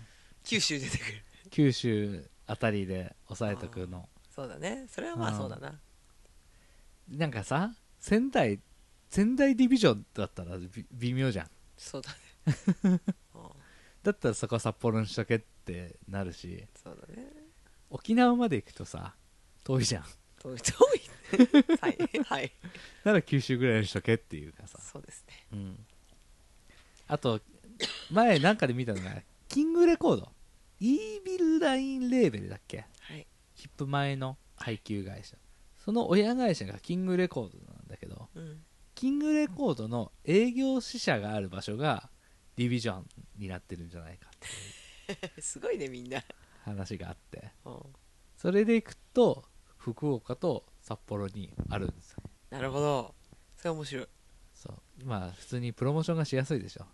[SPEAKER 1] 九州出てくる
[SPEAKER 2] 九州あたりで抑えとくの
[SPEAKER 1] そうだねそれはまあ
[SPEAKER 2] うん
[SPEAKER 1] そうだな
[SPEAKER 2] なんかさ仙台仙台ディビジョンだったらび微妙じゃん
[SPEAKER 1] そう だねうん
[SPEAKER 2] だったらそこは札幌にしとけってなるし
[SPEAKER 1] そうだね
[SPEAKER 2] 沖縄まで行くとさ遠いじゃん
[SPEAKER 1] 遠い遠い ねはいはい
[SPEAKER 2] なら九州ぐらいにしとけっていうかさ、
[SPEAKER 1] そうですね
[SPEAKER 2] うん、あと前なんかで見たのがキングレコードイービルラインレーベルだっけ
[SPEAKER 1] はい
[SPEAKER 2] ヒップ前の配給会社その親会社がキングレコードなんだけど
[SPEAKER 1] うん
[SPEAKER 2] キングレコードの営業支社がある場所がディビジョンになってるんじゃないかって
[SPEAKER 1] すごいねみんな
[SPEAKER 2] 話があって
[SPEAKER 1] うん
[SPEAKER 2] それで行くと福岡と札幌にあるんですよ
[SPEAKER 1] なるほどそれ面白い
[SPEAKER 2] そうまあ普通にプロモーションがしやすいでしょ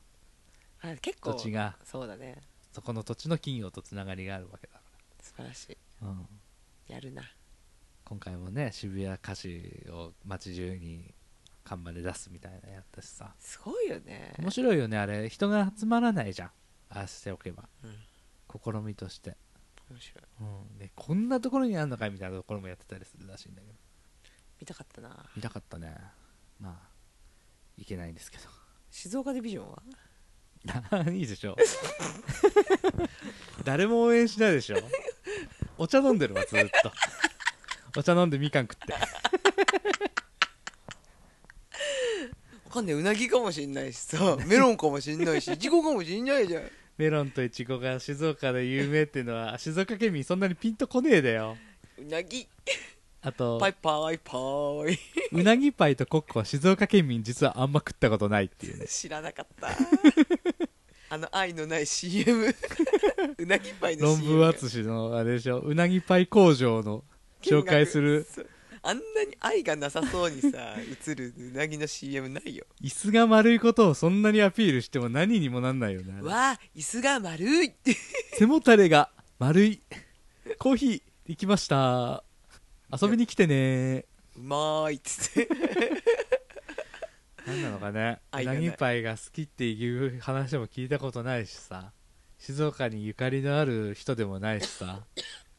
[SPEAKER 1] あ結構
[SPEAKER 2] 土地が
[SPEAKER 1] そうだね
[SPEAKER 2] そこの土地の企業とつながりがあるわけだか
[SPEAKER 1] 素晴らし
[SPEAKER 2] ら、うん、
[SPEAKER 1] いやるな
[SPEAKER 2] 今回もね渋谷歌詞を街中に看板で出すみたいなのやったしさ
[SPEAKER 1] すごいよね
[SPEAKER 2] 面白いよねあれ人が集まらないじゃんああしておけば
[SPEAKER 1] うん
[SPEAKER 2] 試みとして、
[SPEAKER 1] 面白い
[SPEAKER 2] うんでこんなところにあるのかいみたいなところもやってたりするらしいんだけど
[SPEAKER 1] 見たかったな
[SPEAKER 2] 見たかったねまあいけないんですけど
[SPEAKER 1] 静岡ディビジョンはい
[SPEAKER 2] いでしょ誰も応援しないでしょお茶飲んでるわずーっとお茶飲んでみかん食って
[SPEAKER 1] わかんないうなぎかもしんないしさメロンかもしんないしいちごかもしんないじゃん
[SPEAKER 2] メロンとイチゴが静岡で有名っていうのは静岡県民そんなにピンとこねえだよ
[SPEAKER 1] うなぎ
[SPEAKER 2] あと
[SPEAKER 1] パイパイパイ
[SPEAKER 2] うなぎパイとコッコは静岡県民実はあんま食ったことないっていうね
[SPEAKER 1] 知らなかった あの愛のない CM うなぎパイの CM
[SPEAKER 2] 論文淳のあれでしょうなぎパイ工場の紹介する
[SPEAKER 1] そうあんなに愛がなさそうにさ映るうなぎの CM ないよ
[SPEAKER 2] 椅子が丸いことをそんなにアピールしても何にもなんないよね
[SPEAKER 1] わあ椅子が丸いって
[SPEAKER 2] 背もたれが丸いコーヒー行きました遊びに来てね
[SPEAKER 1] うまーいっ つって
[SPEAKER 2] 何なのかねう
[SPEAKER 1] 愛が
[SPEAKER 2] な
[SPEAKER 1] ない
[SPEAKER 2] ぎパイが好きっていう話も聞いたことないしさ静岡にゆかりのある人でもないし さ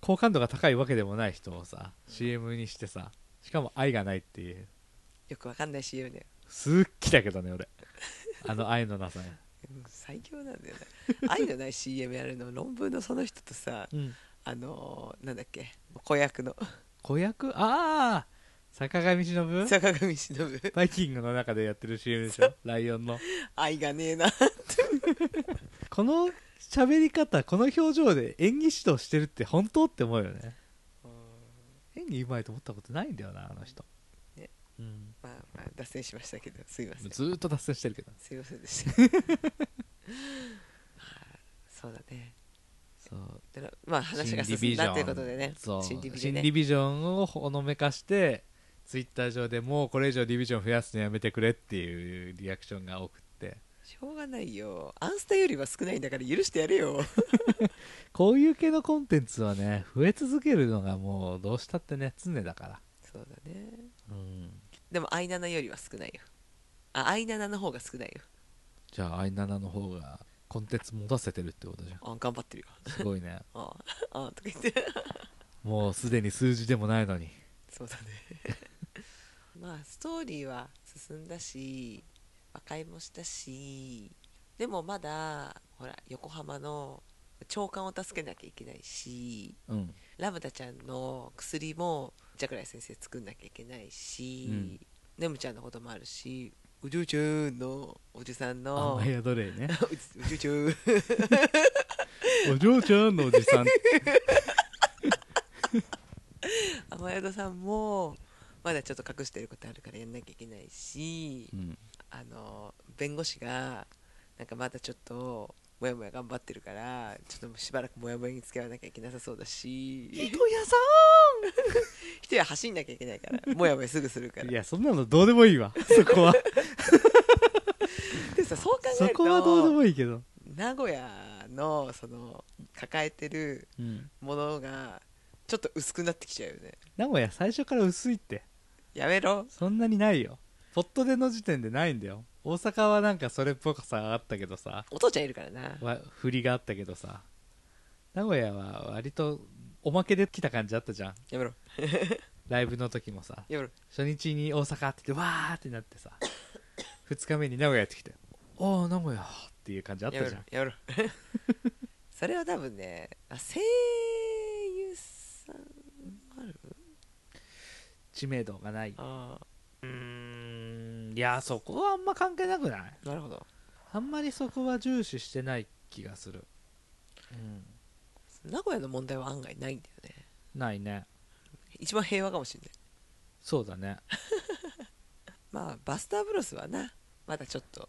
[SPEAKER 2] 好感度が高いわけでもない人をさ CM にしてさしかも愛がないっていう
[SPEAKER 1] よくわかんない CM だよ
[SPEAKER 2] すっきだけどね 俺あの愛のなさね、
[SPEAKER 1] うん最強なん だよな愛のない CM やるの論文のその人とさあのー、なんだっけ子役の
[SPEAKER 2] 子役ああ坂上忍
[SPEAKER 1] 坂上忍
[SPEAKER 2] バイキングの中でやってる CM でしょライオンの
[SPEAKER 1] 愛がねえな
[SPEAKER 2] この喋り方この表情で演技指導してるって本当って思うよね演技うまいと思ったことないんだよなあの人、
[SPEAKER 1] ね
[SPEAKER 2] うん、
[SPEAKER 1] まあまあ脱線しましたけどすいません
[SPEAKER 2] ずーっと脱線してるけど
[SPEAKER 1] すいませんでしたまあそうだね
[SPEAKER 2] そう
[SPEAKER 1] だからまあ話が進んだということでね
[SPEAKER 2] そう
[SPEAKER 1] 新リビで
[SPEAKER 2] 新
[SPEAKER 1] ね
[SPEAKER 2] リビジョンをほのめかしてツイッター上でもうこれ以上リビジョン増やすのやめてくれっていうリアクションが多くって
[SPEAKER 1] しょうがないよアンスタよりは少ないんだから許してやれ よ
[SPEAKER 2] こういう系のコンテンツはね増え続けるのがもうどうしたってね常だから
[SPEAKER 1] そうだね
[SPEAKER 2] うん
[SPEAKER 1] でも i7 よりは少ないよあ i7 の方が少ないよ
[SPEAKER 2] じゃあ i7 の方がコンテンツ持たせてるってことじゃ
[SPEAKER 1] あ頑張ってるよ
[SPEAKER 2] んすごいね
[SPEAKER 1] ああとか言って
[SPEAKER 2] もうすでに数字でもないのに
[SPEAKER 1] そうだね まあストーリーは進んだし和解もしたしでもまだほら横浜の長官を助けなきゃいけないし
[SPEAKER 2] うん
[SPEAKER 1] ラムダちゃんの薬もジャクライ先生作んなきゃいけないし、
[SPEAKER 2] うん
[SPEAKER 1] ネムちゃんのこともあるしお嬢ちゃんのおじさんの
[SPEAKER 2] 甘いや奴隷ね
[SPEAKER 1] おじお嬢ちゃん
[SPEAKER 2] お嬢ちゃんのおじさん
[SPEAKER 1] 雨宿さんもまだちょっと隠してることあるからやんなきゃいけないし、
[SPEAKER 2] うん
[SPEAKER 1] あの弁護士がなんかまだちょっともやもや頑張ってるからちょっともうしばらくもやもやに付き合わなきゃいけなさそうだし
[SPEAKER 2] 人やさ
[SPEAKER 1] 人や走んなきゃいけないからもやもやすぐするから
[SPEAKER 2] いやそんなのどうでもいいわそこは
[SPEAKER 1] でさそう考え
[SPEAKER 2] そ
[SPEAKER 1] ると
[SPEAKER 2] こはどうでもいいけど、
[SPEAKER 1] 名古屋のその抱えてる
[SPEAKER 2] うん、
[SPEAKER 1] ものがちょっと薄くなってきちゃうよね
[SPEAKER 2] 名古屋最初から薄いって
[SPEAKER 1] やめろ
[SPEAKER 2] そんなにないよポットでの時点でないんだよ大阪はなんかそれっぽさあったけどさ
[SPEAKER 1] お父ちゃんいるからな
[SPEAKER 2] わ振りがあったけどさ名古屋は割とおまけで来た感じあったじゃん
[SPEAKER 1] やめろ
[SPEAKER 2] ライブの時もさ
[SPEAKER 1] やめろ
[SPEAKER 2] 初日に大阪って言ってわーって なってさ2日目に名古屋やってきてああ名古屋っていう感じあった
[SPEAKER 1] やめ
[SPEAKER 2] じ
[SPEAKER 1] ろ
[SPEAKER 2] ゃん
[SPEAKER 1] やめろ それは多分ねあ声優さんある
[SPEAKER 2] 知名度がないう
[SPEAKER 1] あ
[SPEAKER 2] ーんいやそこはあんま関係なくない
[SPEAKER 1] あなるほど
[SPEAKER 2] あんまりそこは重視してない気がするうん
[SPEAKER 1] 名古屋の問題は案外ないんだよね
[SPEAKER 2] ないね
[SPEAKER 1] 一番平和かもしれない
[SPEAKER 2] そうだね
[SPEAKER 1] まあバスターブロスはなまだちょっと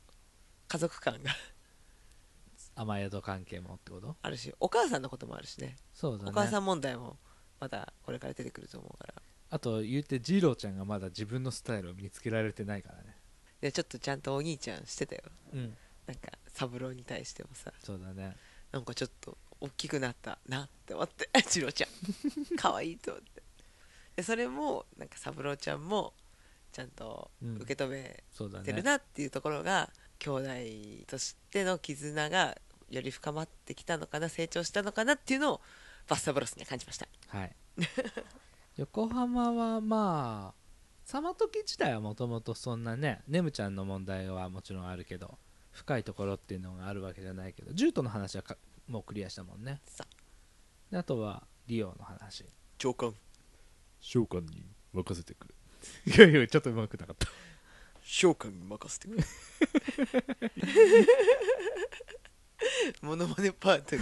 [SPEAKER 1] 家族感が
[SPEAKER 2] 雨宿関係もってこと
[SPEAKER 1] あるしお母さんのこともあるしね
[SPEAKER 2] そうだね
[SPEAKER 1] お母さん問題もまだこれから出てくると思うから
[SPEAKER 2] あと言うてジローちゃんがまだ自分のスタイルを見つけられてないからね
[SPEAKER 1] でちょっとちゃんとお兄ちゃんしてたよ
[SPEAKER 2] うん
[SPEAKER 1] なんか三郎に対してもさ
[SPEAKER 2] そうだね
[SPEAKER 1] なんかちょっと大きくなったなって思って 次郎ちゃん 可愛いと思ってでそれもなんか三郎ちゃんもちゃんと
[SPEAKER 2] うん
[SPEAKER 1] 受け止め
[SPEAKER 2] そうだ
[SPEAKER 1] てる
[SPEAKER 2] ね
[SPEAKER 1] なっていうところが、兄弟としての絆がより深まってきたのかな成長したのかなっていうのをバッサブロスには感じました
[SPEAKER 2] はい 横浜はまあサマトキ自体はもともとそんなねネムちゃんの問題はもちろんあるけど深いところっていうのがあるわけじゃないけどジュートの話はかもうクリアしたもんね
[SPEAKER 1] さあ
[SPEAKER 2] であとはリオの話
[SPEAKER 1] 長官
[SPEAKER 2] 召喚に任せてくれ いやいやちょっとうまくなかった
[SPEAKER 1] 召喚に任せてくれ モノマネパートに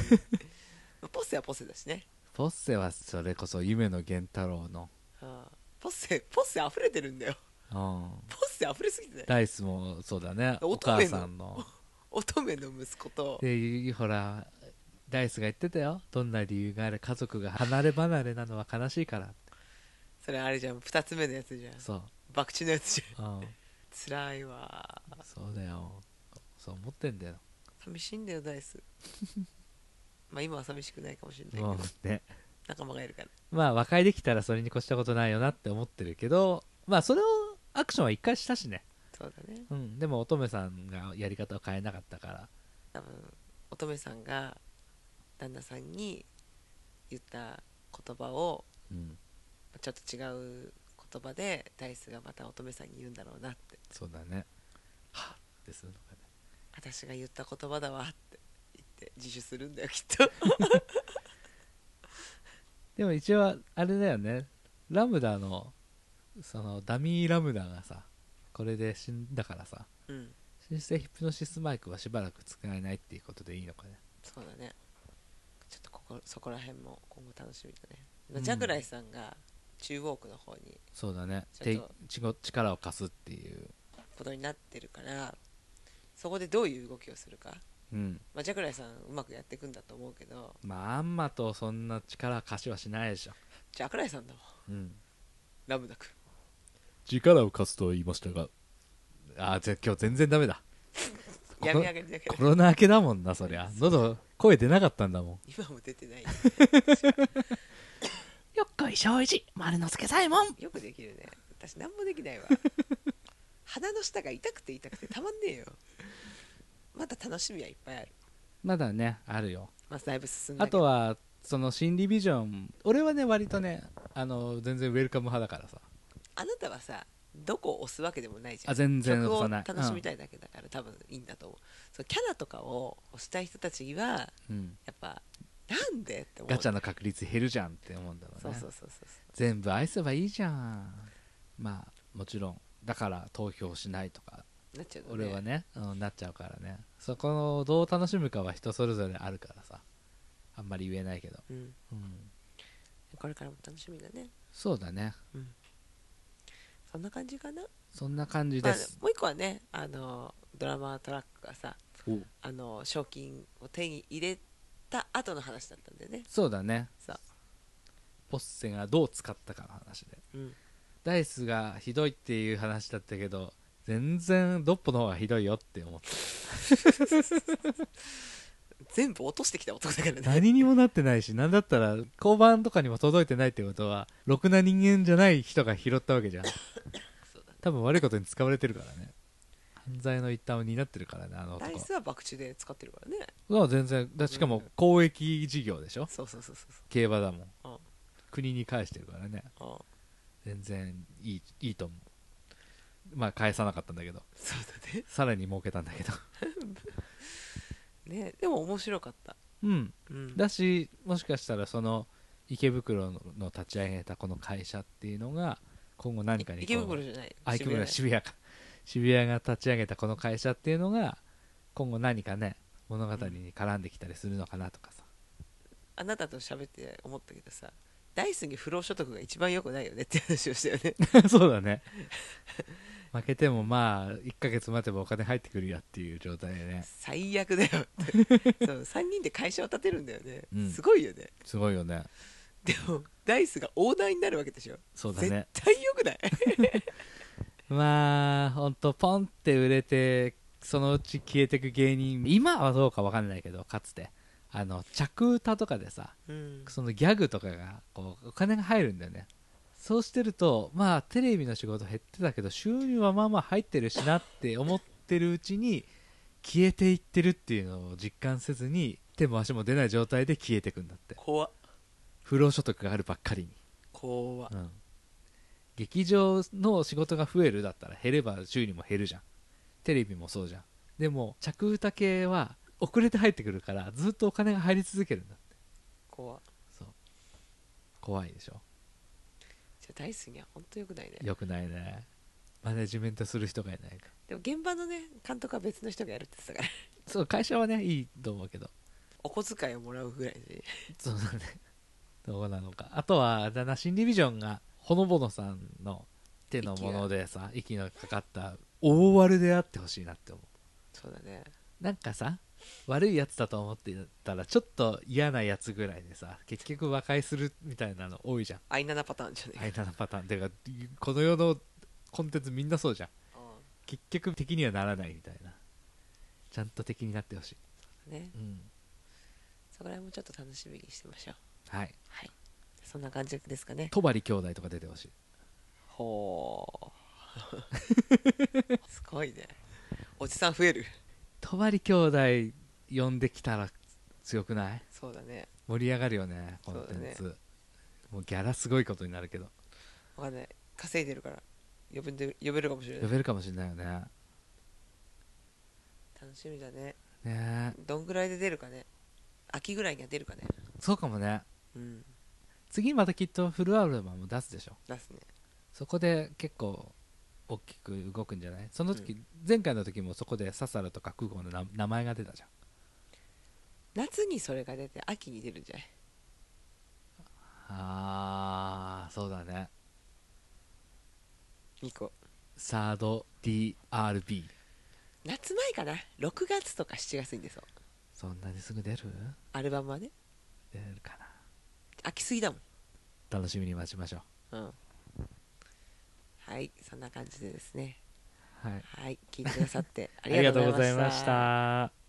[SPEAKER 1] ポッセはポッセだしね、
[SPEAKER 2] ポッセはそれこそ夢の源太郎の、
[SPEAKER 1] うんポッセポッセ溢れてるんだよ
[SPEAKER 2] うん、
[SPEAKER 1] ポッセ溢れすぎてない
[SPEAKER 2] ダイスもそうだねお
[SPEAKER 1] 乙女の
[SPEAKER 2] 母さ んの
[SPEAKER 1] 乙女の息子と
[SPEAKER 2] でほらダイスが言ってたよどんな理由があれ家族が離れ離れなのは悲しいからって
[SPEAKER 1] それあれじゃん2つ目のやつじゃん
[SPEAKER 2] そう、
[SPEAKER 1] 博打のやつじゃん
[SPEAKER 2] うん、
[SPEAKER 1] 辛いわ
[SPEAKER 2] そうだよそう思ってんだよ
[SPEAKER 1] 寂しいんだよダイス まあ今は寂しくないかもしれないけど、
[SPEAKER 2] もうね
[SPEAKER 1] 仲間がいるから
[SPEAKER 2] まあ和解できたらそれに越したことないよなって思ってるけどまあそれをアクションは一回したしね、
[SPEAKER 1] そうだね
[SPEAKER 2] うん、でも乙女さんがやり方を変えなかったから
[SPEAKER 1] 多分乙女さんが旦那さんに言った言葉を
[SPEAKER 2] うん
[SPEAKER 1] ちょっと違う言葉でダイスがまた乙女さんに言うんだろうなって
[SPEAKER 2] そうだねはっってするのかね
[SPEAKER 1] 私が言った言葉だわって言って自首するんだよき っと
[SPEAKER 2] でも一応あれだよねラムダのそのダミーラムダがさこれで死んだからさ
[SPEAKER 1] うん
[SPEAKER 2] 新生ヒプノシスマイクはしばらく使えないっていうことでいいのかね
[SPEAKER 1] そうだねちょっとここそこら辺も今後楽しみだね、
[SPEAKER 2] うん
[SPEAKER 1] ジャグライさんが中央区の方に
[SPEAKER 2] そうだね
[SPEAKER 1] ちょっと
[SPEAKER 2] てちご力を貸すっていう
[SPEAKER 1] ことになってるからそこでどういう動きをするか、
[SPEAKER 2] うん
[SPEAKER 1] まあ、ジャグライさんうまくやっていくんだと思うけど
[SPEAKER 2] まああんまとそんな力貸しはしないでしょ
[SPEAKER 1] ジャグライさんだもん
[SPEAKER 2] うん
[SPEAKER 1] ラムダ君
[SPEAKER 2] 力を貸すと言いましたがあーぜ今日全然ダメだこ
[SPEAKER 1] やみ上げるだけだ
[SPEAKER 2] コロナ明けだもん なそりゃ喉声出なかったんだもん
[SPEAKER 1] 今も出てない
[SPEAKER 2] よっこいしょういじ丸之助左衛門
[SPEAKER 1] よくできるね私何もできないわ鼻の下が痛くて痛くてたまんねえよまだ楽しみはいっぱいある
[SPEAKER 2] まだねあるよ
[SPEAKER 1] まあだいぶ進んだ
[SPEAKER 2] あ
[SPEAKER 1] けど
[SPEAKER 2] とはその心理ビジョン俺はね割とねあの全然ウェルカム派だからさ
[SPEAKER 1] あなたはさどこを押すわけでもないじゃん
[SPEAKER 2] あ全然押さない
[SPEAKER 1] 曲を楽しみたいだけだから、多分いいんだと思うそのキャラとかを押したい人たちは
[SPEAKER 2] うん
[SPEAKER 1] やっぱなんでって思う
[SPEAKER 2] ガチャの確率減るじゃんって思うんだろう
[SPEAKER 1] そう
[SPEAKER 2] ね
[SPEAKER 1] そうそうそう
[SPEAKER 2] 全部愛せばいいじゃんまあもちろんだから投票しないとか
[SPEAKER 1] なっちゃうのね
[SPEAKER 2] 俺はね、うん、なっちゃうからねそこをどう楽しむかは人それぞれあるからさあんまり言えないけど、
[SPEAKER 1] うん、
[SPEAKER 2] うん、
[SPEAKER 1] これからも楽しみだね
[SPEAKER 2] そうだね
[SPEAKER 1] そんな感じかな、
[SPEAKER 2] そんな感じ
[SPEAKER 1] ま
[SPEAKER 2] で
[SPEAKER 1] あ
[SPEAKER 2] す、
[SPEAKER 1] もう一個はねあのドラマートラックがさ
[SPEAKER 2] お
[SPEAKER 1] あの賞金を手に入れた後の話だったんだよね
[SPEAKER 2] そうだね
[SPEAKER 1] さ、
[SPEAKER 2] ポッセがどう使ったかの話で
[SPEAKER 1] うん、
[SPEAKER 2] ダイスがひどいっていう話だったけど全然ドッポの方がひどいよって思って
[SPEAKER 1] 全部落としてきた男だからね
[SPEAKER 2] 何にもなってないし何だったら交番とかにも届いてないってことはろくな人間じゃない人が拾ったわけじゃん
[SPEAKER 1] そうだね
[SPEAKER 2] 多分悪いことに使われてるからね犯罪の一端を担ってるからねあの
[SPEAKER 1] ダ
[SPEAKER 2] 男
[SPEAKER 1] イスは博打で使ってるからね
[SPEAKER 2] は全然だしかも公益事業でしょ
[SPEAKER 1] そうそうそうそう
[SPEAKER 2] 競馬だもん
[SPEAKER 1] そう
[SPEAKER 2] 国に返してるからね
[SPEAKER 1] うんうん
[SPEAKER 2] 全然いいいいと思うまあ返さなかったんだけど
[SPEAKER 1] そうだね
[SPEAKER 2] さらに儲けたんだけど
[SPEAKER 1] ねでも面白かった、
[SPEAKER 2] うん
[SPEAKER 1] うん、
[SPEAKER 2] だしもしかしたらその池袋の立ち上げたこの会社っていうのが今後何かに
[SPEAKER 1] 池
[SPEAKER 2] こう
[SPEAKER 1] 袋じゃない
[SPEAKER 2] あ池袋
[SPEAKER 1] 渋
[SPEAKER 2] 渋谷 か渋谷が立ち上げたこの会社っていうのが今後何かね物語に絡んできたりするのかなとかさ、
[SPEAKER 1] 谷あなたと喋って思ったけどさダイスに不労所得が一番良くないよねって話をしたよね
[SPEAKER 2] そうだね負けてもまあ1ヶ月待てばお金入ってくるやっていう状態でね
[SPEAKER 1] 最悪だよってそう3人で会社を建てるんだよね、
[SPEAKER 2] うん
[SPEAKER 1] すごいよね
[SPEAKER 2] すごいよね
[SPEAKER 1] でもダイスがオーナーになるわけでしょ
[SPEAKER 2] そうだね
[SPEAKER 1] 絶対良くない
[SPEAKER 2] まあほんとポンって売れてそのうち消えてく芸人今はどうかわかんないけどかつてあの着歌とかでさ
[SPEAKER 1] うん
[SPEAKER 2] そのギャグとかがこうお金が入るんだよねそうしてるとまあテレビの仕事減ってたけど収入はまあまあ入ってるしなって思ってるうちに消えていってるっていうのを実感せずに手も足も出ない状態で消えてくんだって
[SPEAKER 1] 怖っ
[SPEAKER 2] 不労所得があるばっかりに、
[SPEAKER 1] 怖っ
[SPEAKER 2] うん劇場の仕事が増えるだったら減れば収入も減るじゃんテレビもそうじゃんでも着歌系は遅れて入ってくるからずっとお金が入り続けるんだって
[SPEAKER 1] 怖っ
[SPEAKER 2] そう怖いでしょ
[SPEAKER 1] じゃあダイスには本当良くないね
[SPEAKER 2] よくないねマネジメントする人がいないか
[SPEAKER 1] でも現場のね監督は別の人がやるって言ってたから
[SPEAKER 2] そう会社はねいいと思うけど
[SPEAKER 1] お小遣いをもらうぐらいで
[SPEAKER 2] そうだねどうなのかあとはあれだな新ディビジョンがほのぼのさんの手のものでさ息のかかった大悪であってほしいなって思
[SPEAKER 1] そうだね
[SPEAKER 2] うなんかさ悪いやつだと思ってたらちょっと嫌なやつぐらいでさ結局和解するみたいなの多いじゃん
[SPEAKER 1] アイナナパターンじゃねえか、
[SPEAKER 2] あいなパターンてかこの世のコンテンツみんなそうじゃん
[SPEAKER 1] う
[SPEAKER 2] 結局敵にはならないみたいなちゃんと敵になってほしい、
[SPEAKER 1] んね
[SPEAKER 2] うん、
[SPEAKER 1] そこら辺もちょっと楽しみにしてましょう
[SPEAKER 2] はい
[SPEAKER 1] はいそんな感じですかね
[SPEAKER 2] 戸張兄弟とか出てほしい
[SPEAKER 1] ほう すごいねおじさん増える
[SPEAKER 2] 戸張兄弟呼んできたら強くない
[SPEAKER 1] そうだね
[SPEAKER 2] 盛り上がるよねコンテンツ、
[SPEAKER 1] そう
[SPEAKER 2] もうギャラすごいことになるけど
[SPEAKER 1] わかんない稼いでるから呼ぶんで呼べるかもしれ
[SPEAKER 2] 呼
[SPEAKER 1] ない
[SPEAKER 2] べるかもしれないよね
[SPEAKER 1] 楽しみだね
[SPEAKER 2] ねえ
[SPEAKER 1] どんぐらいで出るかね秋ぐらいには出るかね
[SPEAKER 2] そうかもね
[SPEAKER 1] うん
[SPEAKER 2] 次またきっとフルアルバム出すでしょ
[SPEAKER 1] 出すね
[SPEAKER 2] そこで結構大きく動くんじゃないその時、前回の時もそこでササラとか空港のな名前が出たじゃん
[SPEAKER 1] 夏にそれが出て秋に出るんじゃない
[SPEAKER 2] あーそうだね
[SPEAKER 1] 2個
[SPEAKER 2] サード DRB
[SPEAKER 1] 夏前かな6月とか7月に出そう
[SPEAKER 2] そんなにすぐ出る
[SPEAKER 1] アルバムはね
[SPEAKER 2] 出るかな
[SPEAKER 1] 秋すぎだもん
[SPEAKER 2] 楽しみに待ちましょ
[SPEAKER 1] うんはいそんな感じでですね
[SPEAKER 2] うはい
[SPEAKER 1] はい聞いてくださってあ
[SPEAKER 2] あ
[SPEAKER 1] りがとうございました
[SPEAKER 2] りがとうございました